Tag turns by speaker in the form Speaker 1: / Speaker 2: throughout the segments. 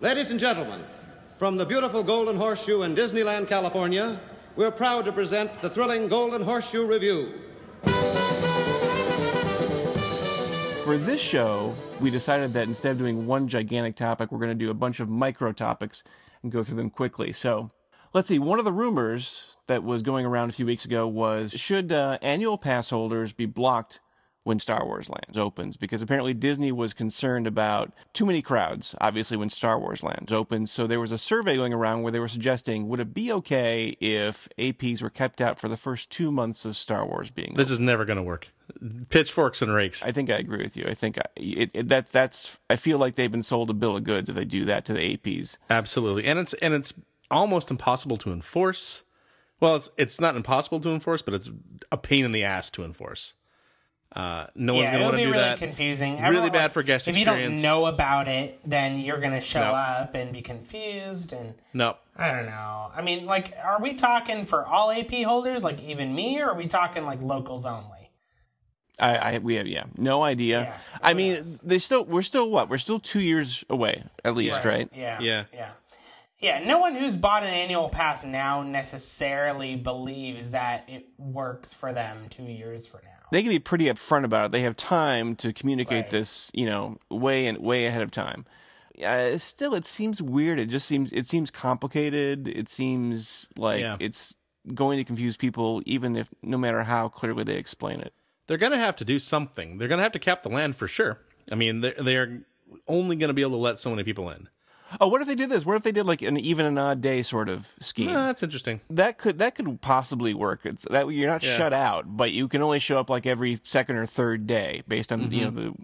Speaker 1: Ladies and gentlemen, from the beautiful Golden Horseshoe in Disneyland, California, we're proud to present the thrilling Golden Horseshoe Review.
Speaker 2: For this show, we decided that instead of doing one gigantic topic, we're going to do a bunch of micro topics and go through them quickly. So, let's see. One of the rumors that was going around a few weeks ago was should uh, annual pass holders be blocked when Star Wars Lands opens? Because apparently Disney was concerned about too many crowds, obviously, when Star Wars Lands opens. So there was a survey going around where they were suggesting would it be okay if APs were kept out for the first two months of Star Wars being
Speaker 3: This is never going to work. Pitchforks and rakes.
Speaker 2: I think I agree with you. I think I, it, it, that's that's. I feel like they've been sold a bill of goods if they do that to the APs.
Speaker 3: Absolutely, and it's and it's almost impossible to enforce. Well, it's it's not impossible to enforce, but it's a pain in the ass to enforce. Uh, no one's
Speaker 4: yeah,
Speaker 3: going to
Speaker 4: it'll
Speaker 3: want to
Speaker 4: be
Speaker 3: do
Speaker 4: really
Speaker 3: that.
Speaker 4: confusing.
Speaker 3: Really
Speaker 4: Everyone,
Speaker 3: bad
Speaker 4: like,
Speaker 3: for guest
Speaker 4: if
Speaker 3: experience.
Speaker 4: you don't know about it, then you're gonna show
Speaker 3: No.
Speaker 4: up and be confused. And
Speaker 3: No,
Speaker 4: I don't know. I mean, like, are we talking for all AP holders, like even me, or are we talking like locals only?
Speaker 2: I, I we have yeah, no idea.
Speaker 4: Yeah,
Speaker 2: I
Speaker 4: who
Speaker 2: mean,
Speaker 4: knows?
Speaker 2: they still we're still what we're still two years away at least, right?
Speaker 4: Yeah.
Speaker 3: Yeah.
Speaker 4: Yeah. Yeah. No one who's bought an annual pass now necessarily believes that it works for them two years from now.
Speaker 2: They can be pretty upfront about it. They have time to communicate
Speaker 4: Right.
Speaker 2: this, you know, way and way ahead of time. Uh, still, it seems weird. It just seems it seems complicated. It seems like
Speaker 3: Yeah.
Speaker 2: it's going to confuse people, even if no matter how clearly they explain it.
Speaker 3: they're going to have to do something. They're going to have to cap the land for sure. I mean, they're, they're only going to be able to let so many people in.
Speaker 2: Oh, what if they did this? What if they did like an even and odd day sort of scheme?
Speaker 3: Ah, that's interesting.
Speaker 2: that could that could possibly work. It's that you're not
Speaker 3: Yeah.
Speaker 2: shut out, but you can only show up like every second or third day based on you know
Speaker 3: Mm-hmm.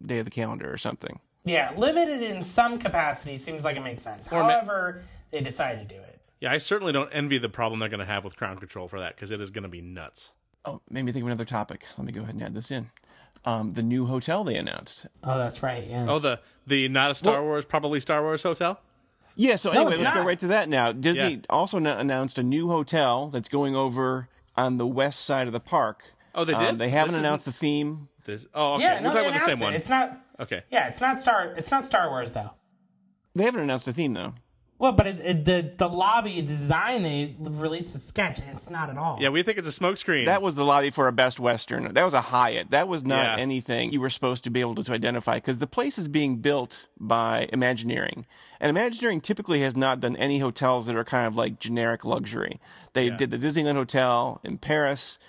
Speaker 2: the day of the calendar or something.
Speaker 4: Yeah. Limited in some capacity seems like it makes sense.
Speaker 3: ma-
Speaker 4: However, they decide to do it.
Speaker 3: Yeah, I certainly don't envy the problem they're going to have with crowd control for that because it is going to be nuts.
Speaker 2: Oh, made me think of another topic. Let me go ahead and add this in. Um, the new hotel they announced.
Speaker 4: Oh, that's right. Yeah.
Speaker 3: Oh, the the not a Star Wars, probably Star Wars hotel.
Speaker 2: Yeah. So anyway,
Speaker 4: it's
Speaker 2: let's go
Speaker 4: not.
Speaker 2: right to that now. Disney
Speaker 3: Yeah.
Speaker 2: also n- announced a new hotel that's going over on the west side of the park.
Speaker 3: Oh, they
Speaker 2: Um,
Speaker 3: did?
Speaker 2: they haven't
Speaker 3: This
Speaker 2: announced the theme.
Speaker 3: This, oh, okay.
Speaker 4: Yeah.
Speaker 3: We're talking
Speaker 4: No, they
Speaker 3: about the
Speaker 4: announced
Speaker 3: same
Speaker 4: it.
Speaker 3: one.
Speaker 4: It's not.
Speaker 3: okay.
Speaker 4: Yeah. It's not Star. It's not Star Wars though.
Speaker 2: They haven't announced a theme though.
Speaker 4: Well, but it, it, the the lobby design they released a sketch, and it's not at all.
Speaker 3: Yeah, we think it's a smokescreen.
Speaker 2: That was the lobby for a Best Western. That was a Hyatt. That was not
Speaker 3: Yeah.
Speaker 2: anything you were supposed to be able to, to identify because the place is being built by Imagineering. And Imagineering typically has not done any hotels that are kind of like generic luxury. They did the Disneyland Hotel in Paris.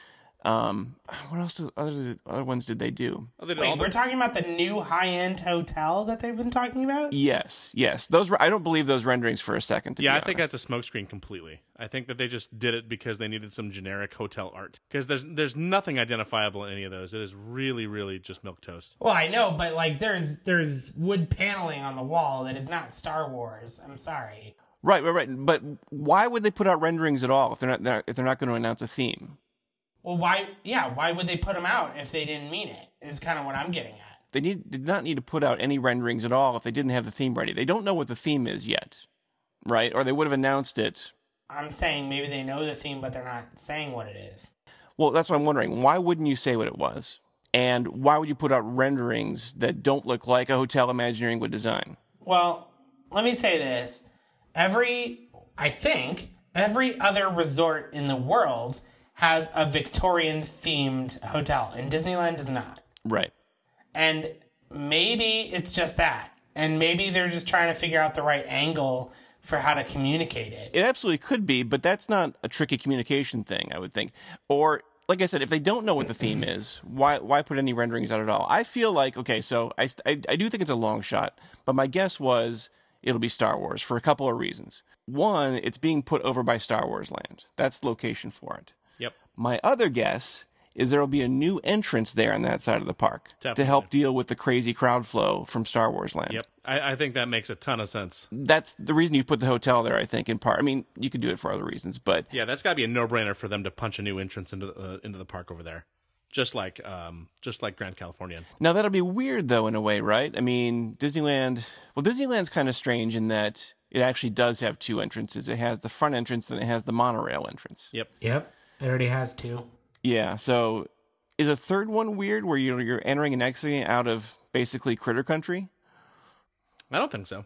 Speaker 2: Um, what else? did- Other other ones did they do?
Speaker 3: Oh, they did all
Speaker 4: Wait,
Speaker 3: the-
Speaker 4: we're talking about the new high end hotel that they've been talking about.
Speaker 2: Yes, yes. Those were, I don't believe those renderings for a second. To
Speaker 3: yeah,
Speaker 2: be
Speaker 3: I think
Speaker 2: honest.
Speaker 3: that's a smokescreen completely. I think that they just did it because they needed some generic hotel art. Because there's there's nothing identifiable in any of those. It is really, really just milk toast.
Speaker 4: Well, I know, but like, there's there's wood paneling on the wall that is not Star Wars. I'm sorry.
Speaker 2: right, right, right. But why would they put out renderings at all if they're not they're, if they're not going to announce a theme?
Speaker 4: Well, why? Yeah, why would they put them out if they didn't mean it? Is kind of what I'm getting at.
Speaker 2: they need, did not need to put out any renderings at all if they didn't have the theme ready. They don't know what the theme is yet, right? Or they would have announced it.
Speaker 4: I'm saying maybe they know the theme, but they're not saying what it is.
Speaker 2: Well, that's what I'm wondering. Why wouldn't you say what it was? And why would you put out renderings that don't look like a hotel Imagineering would design?
Speaker 4: Well, let me say this. Every, I think, every other resort in the world has a Victorian themed hotel, and Disneyland does not.
Speaker 2: Right.
Speaker 4: And maybe it's just that. And maybe they're just trying to figure out the right angle for how to communicate it.
Speaker 2: It absolutely could be, but that's not a tricky communication thing, I would think. Or like I said, if they don't know what the theme
Speaker 3: Mm-hmm.
Speaker 2: is, why why put any renderings out at all? I feel like okay, so I, st- I I do think it's a long shot, but my guess was it'll be Star Wars for a couple of reasons. One, it's being put over by Star Wars Land. That's the location for it.
Speaker 3: Yep.
Speaker 2: My other guess is there will be a new entrance there on that side of the park to
Speaker 3: Definitely.
Speaker 2: help deal with the crazy crowd flow from Star Wars Land
Speaker 3: Yep. I, I think that makes a ton of sense.
Speaker 2: that's the reason you put the hotel there, I think, in part. I mean, you could do it for other reasons, but
Speaker 3: Yeah, that's got to be a no brainer for them to punch a new entrance into the, uh, into the park over there. Just like um, just like Grand Californian.
Speaker 2: now that'll be weird though in a way, right? I mean, Disneyland well, Disneyland's kind of strange in that it actually does have two entrances. It has the front entrance and it has the monorail entrance.
Speaker 3: Yep.
Speaker 4: Yep. It already has two.
Speaker 2: Yeah, so is a third one weird where you're you're entering and exiting out of basically critter country?
Speaker 3: I don't think so.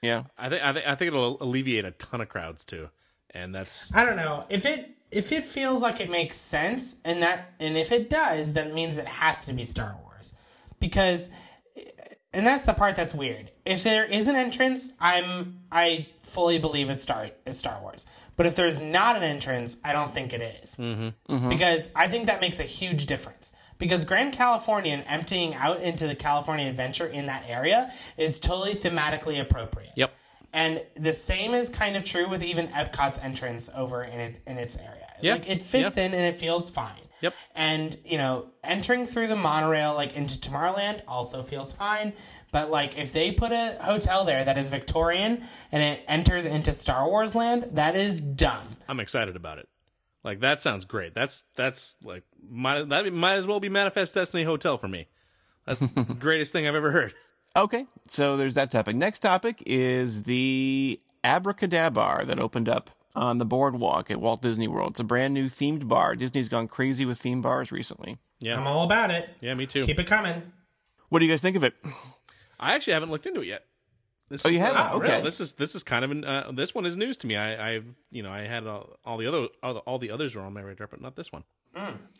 Speaker 2: Yeah.
Speaker 3: I think I think I think it'll alleviate a ton of crowds too, and that's
Speaker 4: I don't know if it if it feels like it makes sense, and that and if it does, that means it has to be Star Wars, because and that's the part that's weird. If there is an entrance, I'm I fully believe it's Star it's Star Wars. But if there's not an entrance, I don't think it is.
Speaker 3: Mm-hmm,
Speaker 4: because I think that makes a huge difference. Because Grand Californian emptying out into the California Adventure in that area is totally thematically appropriate.
Speaker 3: yep.
Speaker 4: And the same is kind of true with even Epcot's entrance over in its in its area.
Speaker 3: Yeah.
Speaker 4: Like it fits
Speaker 3: Yeah.
Speaker 4: in and it feels fine.
Speaker 3: Yep.
Speaker 4: And you know, entering through the monorail like into Tomorrowland also feels fine. But like if they put a hotel there that is Victorian and it enters into Star Wars land, that is dumb.
Speaker 3: I'm excited about it. Like that sounds great. That's that's like might that might as well be Manifest Destiny Hotel for me. That's the greatest thing I've ever heard.
Speaker 2: Okay. So there's that topic. Next topic is the Abracadabar that opened up on the boardwalk at Walt Disney World. It's a brand new themed bar. Disney's gone crazy with theme bars recently.
Speaker 4: I'm all about it.
Speaker 3: Yeah, me too.
Speaker 4: Keep it coming.
Speaker 2: What do you guys think of it?
Speaker 3: I actually haven't looked into it yet. This
Speaker 2: Oh,
Speaker 3: is,
Speaker 2: you haven't?
Speaker 3: uh,
Speaker 2: Okay.
Speaker 3: This is this is kind of an, uh, this one is news to me. I, I've you know I had all, all the other all the, all the others were on my radar, but not this one.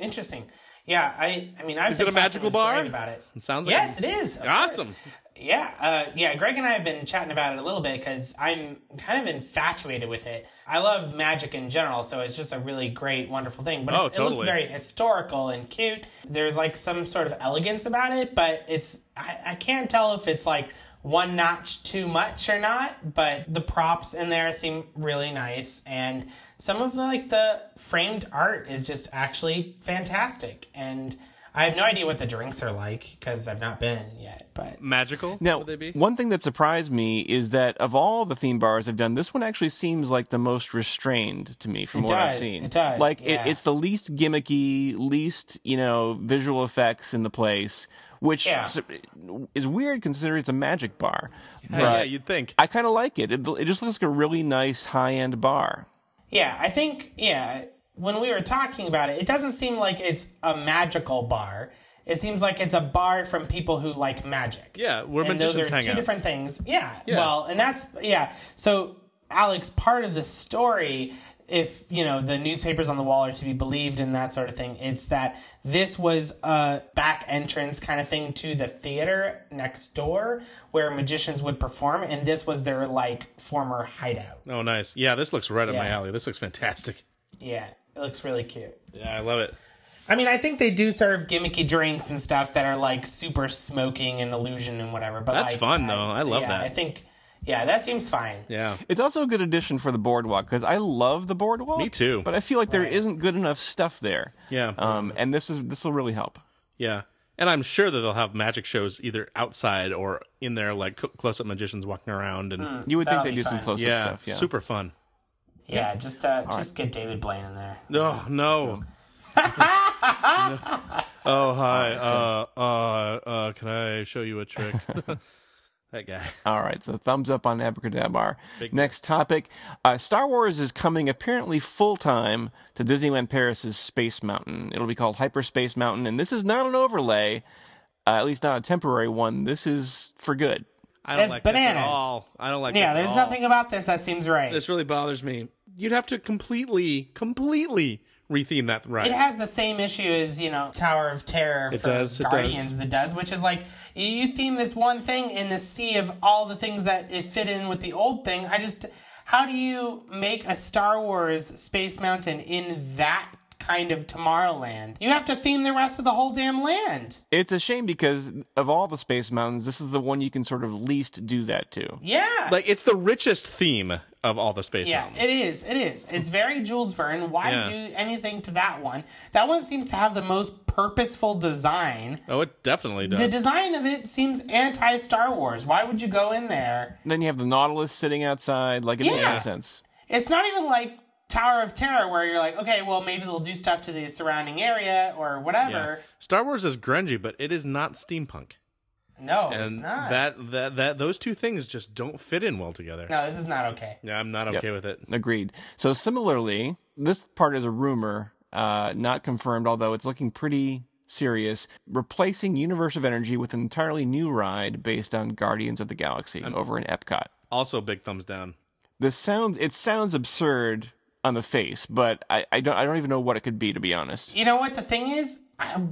Speaker 4: Interesting. Yeah, I I mean I've
Speaker 3: Is it a magical bar?
Speaker 4: about it.
Speaker 3: It sounds like
Speaker 4: Yes, it is. of course.
Speaker 3: awesome.
Speaker 4: Yeah, uh, yeah. Greg and I have been chatting about it a little bit because I'm kind of infatuated with it. I love magic in general, so it's just a really great, wonderful thing. But
Speaker 3: Oh,
Speaker 4: it's, it looks
Speaker 3: totally.
Speaker 4: very historical and cute. There's like some sort of elegance about it, but it's I, I can't tell if it's like one notch too much or not. But the props in there seem really nice, and some of the like the framed art is just actually fantastic. And I have no idea what the drinks are like because I've not been yet, but.
Speaker 3: Magical?
Speaker 2: Now,
Speaker 3: would they be?
Speaker 2: one thing that surprised me is that of all the theme bars I've done, this one actually seems like the most restrained to me from what I've
Speaker 4: does,
Speaker 2: seen.
Speaker 4: it does,
Speaker 2: Like
Speaker 4: yeah.
Speaker 2: it, it's the least gimmicky, least you know visual effects in the place, which
Speaker 4: Yeah.
Speaker 2: s- is weird considering it's a magic bar.
Speaker 3: Yeah,
Speaker 2: but
Speaker 3: yeah, you'd think.
Speaker 2: I kind of like it. it. It just looks like a really nice high end bar.
Speaker 4: Yeah, I think yeah. When we were talking about it, it doesn't seem like it's a magical bar. It seems like it's a bar from people who like magic.
Speaker 3: Yeah, where
Speaker 4: and those are
Speaker 3: magicians hang
Speaker 4: two
Speaker 3: out.
Speaker 4: different things. Yeah, Well, and that's yeah. So Alex, part of the story, if you know the newspapers on the wall are to be believed and that sort of thing, it's that this was a back entrance kind of thing to the theater next door where magicians would perform, and this was their like former hideout.
Speaker 3: Oh, nice. Yeah, this looks right up my
Speaker 4: Yeah.
Speaker 3: alley. This looks fantastic.
Speaker 4: Yeah, it looks really cute.
Speaker 3: Yeah, I love it.
Speaker 4: I mean, I think they do serve gimmicky drinks and stuff that are like super smoking and illusion and whatever. But
Speaker 3: That's
Speaker 4: like,
Speaker 3: fun, though. I love
Speaker 4: yeah,
Speaker 3: that.
Speaker 4: I think, yeah, that seems fine.
Speaker 3: Yeah.
Speaker 2: It's also a good addition for the boardwalk because I love the boardwalk.
Speaker 3: Me too.
Speaker 2: But I feel like there isn't good enough stuff there.
Speaker 3: Yeah.
Speaker 2: Um, and this is this will really help.
Speaker 3: Yeah. And I'm sure that they'll have magic shows either outside or in there, like close up magicians walking around. And
Speaker 2: You would
Speaker 4: That'll
Speaker 2: think they
Speaker 4: be
Speaker 2: do some
Speaker 4: fine.
Speaker 2: close up
Speaker 3: yeah,
Speaker 2: stuff. Yeah.
Speaker 3: super fun.
Speaker 4: Yeah, just uh, just get David Blaine in there.
Speaker 3: Oh, no. Oh, hi. Uh, uh, uh, can I show you a trick? that guy.
Speaker 2: All right, so thumbs up on Abracadabar. Next topic uh, Star Wars is coming apparently full time to Disneyland Paris's Space Mountain. It'll be called Hyperspace Mountain, and this is not an overlay, uh, at least not a temporary one. This is for good.
Speaker 3: I don't
Speaker 4: It's
Speaker 3: like this at
Speaker 4: bananas.
Speaker 3: all. I don't like this
Speaker 4: Yeah,
Speaker 3: at
Speaker 4: there's
Speaker 3: all.
Speaker 4: nothing about this that seems right.
Speaker 3: This really bothers me. You'd have to completely, completely retheme that ride.
Speaker 4: it has the same issue as you know Tower of Terror for
Speaker 3: does, it does.
Speaker 4: Guardians that does, which is like you- you theme this one thing in the sea of all the things that it fit in with the old thing. I just how do you make a Star Wars Space Mountain in that kind of Tomorrowland? You have to theme the rest of the whole damn land.
Speaker 2: It's a shame because of all the Space Mountains, this is the one you can sort of least do that to.
Speaker 4: Yeah.
Speaker 3: like it's the richest theme of all the space
Speaker 4: yeah,
Speaker 3: mountains.
Speaker 4: it is. It is. It's very Jules Verne. Why
Speaker 3: Yeah.
Speaker 4: do anything to that one? That one seems to have the most purposeful design.
Speaker 3: Oh, it definitely does.
Speaker 4: The design of it seems anti Star Wars. Why would you go in there?
Speaker 2: Then you have the Nautilus sitting outside. Like, it makes
Speaker 4: Yeah.
Speaker 2: no sense.
Speaker 4: It's not even like Tower of Terror where you're like, okay, well, maybe they'll do stuff to the surrounding area or
Speaker 3: Yeah.
Speaker 4: whatever.
Speaker 3: Star Wars is grungy, but it is not steampunk.
Speaker 4: No,
Speaker 3: And
Speaker 4: Oh, it's not.
Speaker 3: that that that those two things just don't fit in well together.
Speaker 4: no, this is not okay.
Speaker 3: Yeah, I'm not okay with it.
Speaker 2: Agreed. So similarly, this part is a rumor, uh, not confirmed, although it's looking pretty serious. Replacing Universe of Energy with an entirely new ride based on Guardians of the Galaxy over in Epcot.
Speaker 3: Also, big thumbs down.
Speaker 2: The sound it sounds absurd on the face, but I, I don't I don't even know what it could be to be honest.
Speaker 4: You know what the thing is? I,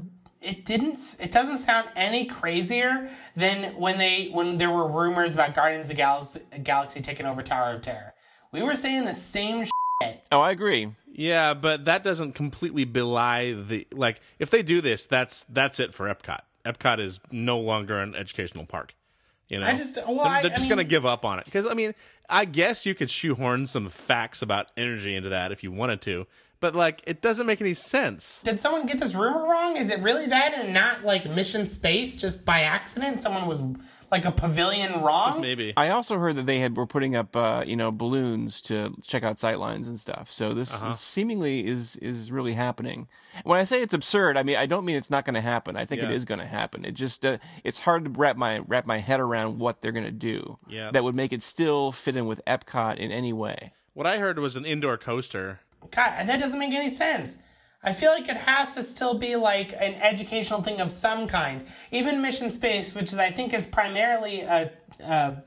Speaker 4: it didn't. s- It doesn't sound any crazier than when they when there were rumors about Guardians of the Galaxy, Galaxy taking over Tower of Terror. We were saying the same shit.
Speaker 2: Oh, I agree.
Speaker 3: Yeah, but that doesn't completely belie the like. If they do this, that's that's it for Epcot. Epcot is no longer an educational park. You know,
Speaker 4: I just- well,
Speaker 3: they're,
Speaker 4: I-
Speaker 3: they're
Speaker 4: I
Speaker 3: just gonna
Speaker 4: mean-
Speaker 3: give up on it because I mean, I guess you could shoehorn some facts about energy into that if you wanted to, but like it doesn't make any sense.
Speaker 4: Did someone get this rumor wrong? Is it really that and not like Mission Space just by accident? Someone was like a pavilion wrong.
Speaker 3: Maybe
Speaker 2: I also heard that they had were putting up uh, you know balloons to check out sightlines and stuff. So this,
Speaker 3: Uh-huh.
Speaker 2: this seemingly is is really happening. When I say it's absurd, I mean I don't mean it's not going to happen. I think it
Speaker 3: Yeah.
Speaker 2: is going to happen. It just uh, it's hard to wrap my wrap my head around what they're going to do.
Speaker 3: Yeah.
Speaker 2: that would make it still fit in with Epcot in any way.
Speaker 3: what I heard was an indoor coaster.
Speaker 4: God, that doesn't make any sense. I feel like it has to still be like an educational thing of some kind. Even Mission Space, which is I think is primarily a, a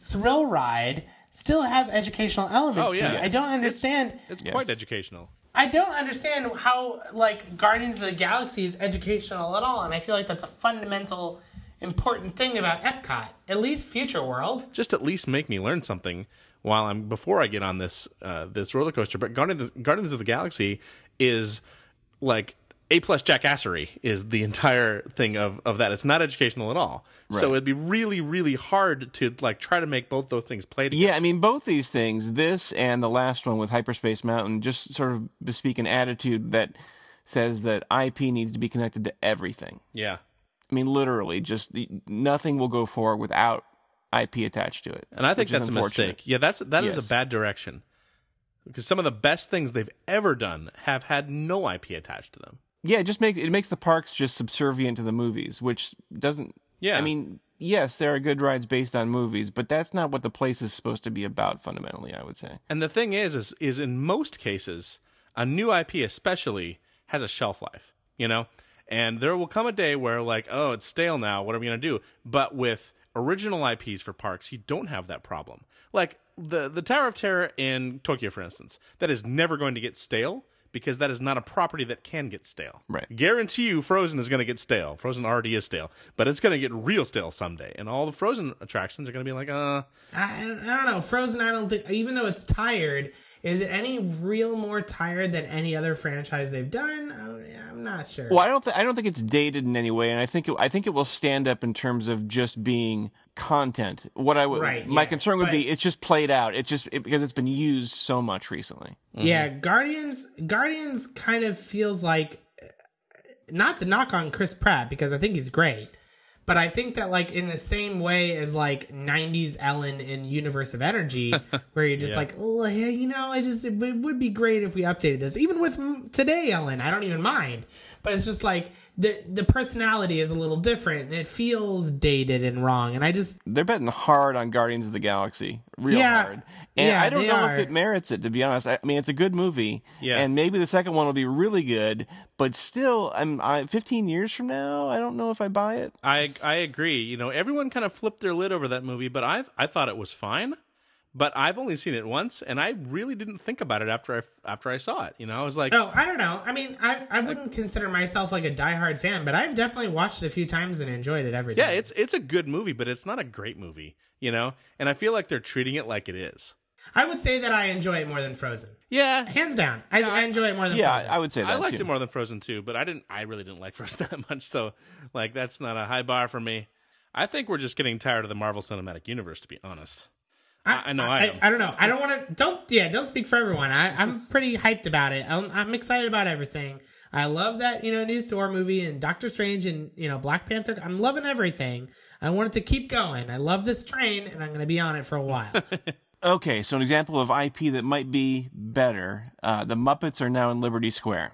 Speaker 4: thrill ride, still has educational elements
Speaker 3: Oh,
Speaker 4: to
Speaker 3: yeah.
Speaker 4: it. I
Speaker 3: Yes.
Speaker 4: don't understand.
Speaker 3: It's quite educational.
Speaker 4: I don't understand how like Guardians of the Galaxy is educational at all, and I feel like that's a fundamental important thing about Epcot. At least Future World.
Speaker 3: just at least make me learn something while I'm before I get on this uh, this roller coaster. But Guardians Guardians of the Galaxy is like a plus jackassery is the entire thing of of that. It's not educational at all. So it'd be really really hard to like try to make both those things play together.
Speaker 2: Yeah, I mean, both these things, this and the last one with Hyperspace Mountain, just sort of bespeak an attitude that says that IP needs to be connected to everything.
Speaker 3: Yeah.
Speaker 2: I mean, literally, just the, nothing will go forward without IP attached to it.
Speaker 3: And I think
Speaker 2: which is
Speaker 3: that's a
Speaker 2: unfortunate.
Speaker 3: mistake. Yeah, that's that is
Speaker 2: Yes.
Speaker 3: a bad direction. Because some of the best things they've ever done have had no IP attached to them.
Speaker 2: Yeah, it just makes it makes the parks just subservient to the movies, which doesn't.
Speaker 3: Yeah.
Speaker 2: I mean, yes, there are good rides based on movies, but that's not what the place is supposed to be about fundamentally. I would say.
Speaker 3: And the thing is, is is in most cases, a new IP especially has a shelf life, you know? And there will come a day where like, oh, it's stale now, what are we gonna do? But with original IPs for parks, you don't have that problem. Like the the Tower of Terror in Tokyo, for instance, that is never going to get stale because that is not a property that can get stale.
Speaker 2: Right.
Speaker 3: Guarantee you Frozen is gonna get stale. Frozen already is stale, but it's gonna get real stale someday. And all the frozen attractions are gonna be like, uh
Speaker 4: I, I don't know. Frozen, I don't think, even though it's tired, is it any real more tired than any other franchise they've done? I don't, I'm not sure.
Speaker 2: Well, I don't. Th- I don't think it's dated in any way, and I think it, I think it will stand up in terms of just being content. What I would,
Speaker 4: Right,
Speaker 2: my
Speaker 4: yes,
Speaker 2: concern would be,
Speaker 4: but-
Speaker 2: it's just played out. It just it, because it's been used so much recently.
Speaker 4: Yeah, Guardians, Guardians kind of feels like, not to knock on Chris Pratt because I think he's great, but I think that like in the same way as like '90s Ellen in Universe of Energy, where you're just like, oh, yeah, you know, I just it, w- would be great if we updated this. Even with mm, today Ellen, I don't even mind, but it's just like the the personality is a little different and it feels dated and wrong, and I just
Speaker 2: They're betting hard on Guardians of the Galaxy, real
Speaker 4: Yeah.
Speaker 2: hard, and
Speaker 4: Yeah,
Speaker 2: I don't
Speaker 4: they
Speaker 2: know
Speaker 4: are.
Speaker 2: if it merits it. To be honest, I, I mean, it's a good movie,
Speaker 3: Yeah.
Speaker 2: and maybe the second one will be really good, but still, I'm I, 15 years from now, I don't know if I buy it.
Speaker 3: I I agree. You know, everyone kind of flipped their lid over that movie, but I I thought it was fine. But I've only seen it once, and I really didn't think about it after I after I saw it. You know, I was like,
Speaker 4: Oh, I don't know. I mean, I, I wouldn't consider myself like a diehard fan, but I've definitely watched it a few times and enjoyed it every
Speaker 3: yeah,
Speaker 4: time.
Speaker 3: it's it's a good movie, but it's not a great movie. You know, and I feel like they're treating it like it is.
Speaker 4: I would say that I enjoy it more than Frozen.
Speaker 3: Yeah,
Speaker 4: Hands down. I, I enjoy it more than
Speaker 2: Yeah,
Speaker 4: Frozen.
Speaker 2: I, I would say that.
Speaker 3: I liked
Speaker 2: too.
Speaker 3: it more than Frozen 2, but I didn't I really didn't like Frozen that much, so like that's not a high bar for me. I think we're just getting tired of the Marvel Cinematic Universe, to be honest. I, I know I,
Speaker 4: I,
Speaker 3: am.
Speaker 4: I don't know. I don't want to. Don't. Yeah. Don't speak for everyone. I, I'm pretty hyped about it. I'm, I'm excited about everything. I love that you know new Thor movie and Doctor Strange and you know Black Panther. I'm loving everything. I want it to keep going. I love this train and I'm going to be on it for a while.
Speaker 2: Okay, so an example of IP that might be better. Uh, the Muppets are now in Liberty Square.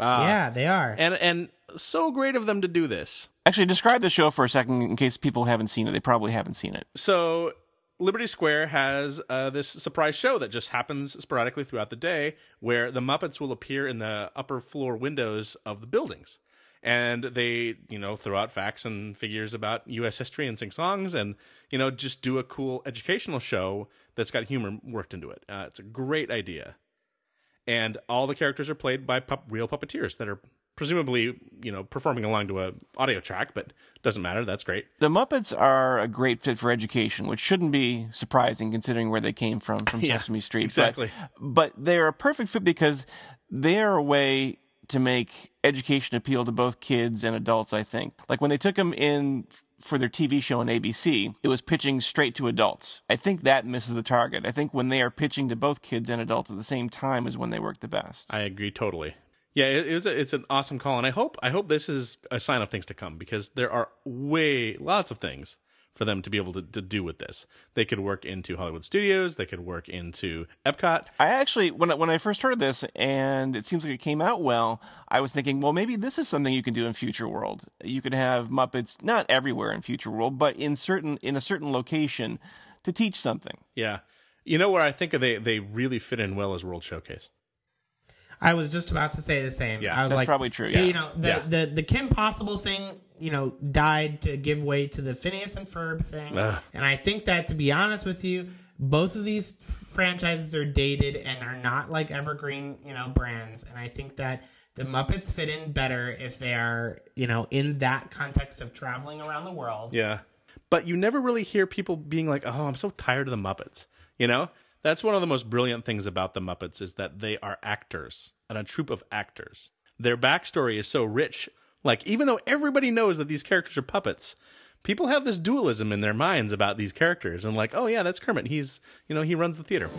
Speaker 3: Ah.
Speaker 4: yeah, they are.
Speaker 3: and and so great of them to do this.
Speaker 2: Actually, describe the show for a second in case people haven't seen it. They probably haven't seen it.
Speaker 3: so Liberty Square has uh, this surprise show that just happens sporadically throughout the day, where the Muppets will appear in the upper floor windows of the buildings, and they you know throw out facts and figures about U.S. history and sing songs and you know just do a cool educational show that's got humor worked into it. Uh, it's a great idea, and all the characters are played by pup- real puppeteers that are presumably you know performing along to a audio track, but doesn't matter. That's great.
Speaker 2: The Muppets are a great fit for education, which shouldn't be surprising considering where they came from, from Sesame Street. But-
Speaker 3: exactly.
Speaker 2: But, they're a perfect fit because they are a way to make education appeal to both kids and adults, I think. Like when they took them in f- for their TV show on ABC, it was pitching straight to adults. I think that misses the target. I think when they are pitching to both kids and adults at the same time is when they work the best.
Speaker 3: I agree totally. Yeah, it, it was a, it's an awesome call, and I hope I hope this is a sign of things to come because there are way lots of things for them to be able to, to do with this. They could work into Hollywood studios. They could work into Epcot.
Speaker 2: I actually, when I, when I first heard this, and it seems like it came out well, I was thinking, well, maybe this is something you can do in Future World. You could have Muppets not everywhere in Future World, but in certain in a certain location to teach something.
Speaker 3: Yeah, you know where I think they they really fit in well as World Showcase.
Speaker 4: I was just about to say the same.
Speaker 3: Yeah,
Speaker 4: I was
Speaker 2: that's
Speaker 4: like,
Speaker 2: probably true,
Speaker 4: the-
Speaker 2: yeah.
Speaker 4: You know, the,
Speaker 3: Yeah.
Speaker 4: the the Kim Possible thing, you know, died to give way to the Phineas and Ferb thing,
Speaker 3: Ugh.
Speaker 4: and I think that to be honest with you, both of these franchises are dated and are not like evergreen, you know, brands, and I think that the Muppets fit in better if they are, you know, in that context of traveling around the world.
Speaker 3: Yeah, but you never really hear people being like, "Oh, I'm so tired of the Muppets." You know, that's one of the most brilliant things about the Muppets is that they are actors and a troupe of actors. Their backstory is so rich. Like, even though everybody knows that these characters are puppets, people have this dualism in their minds about these characters, and like, "Oh yeah, that's Kermit. He's you know he runs the theater."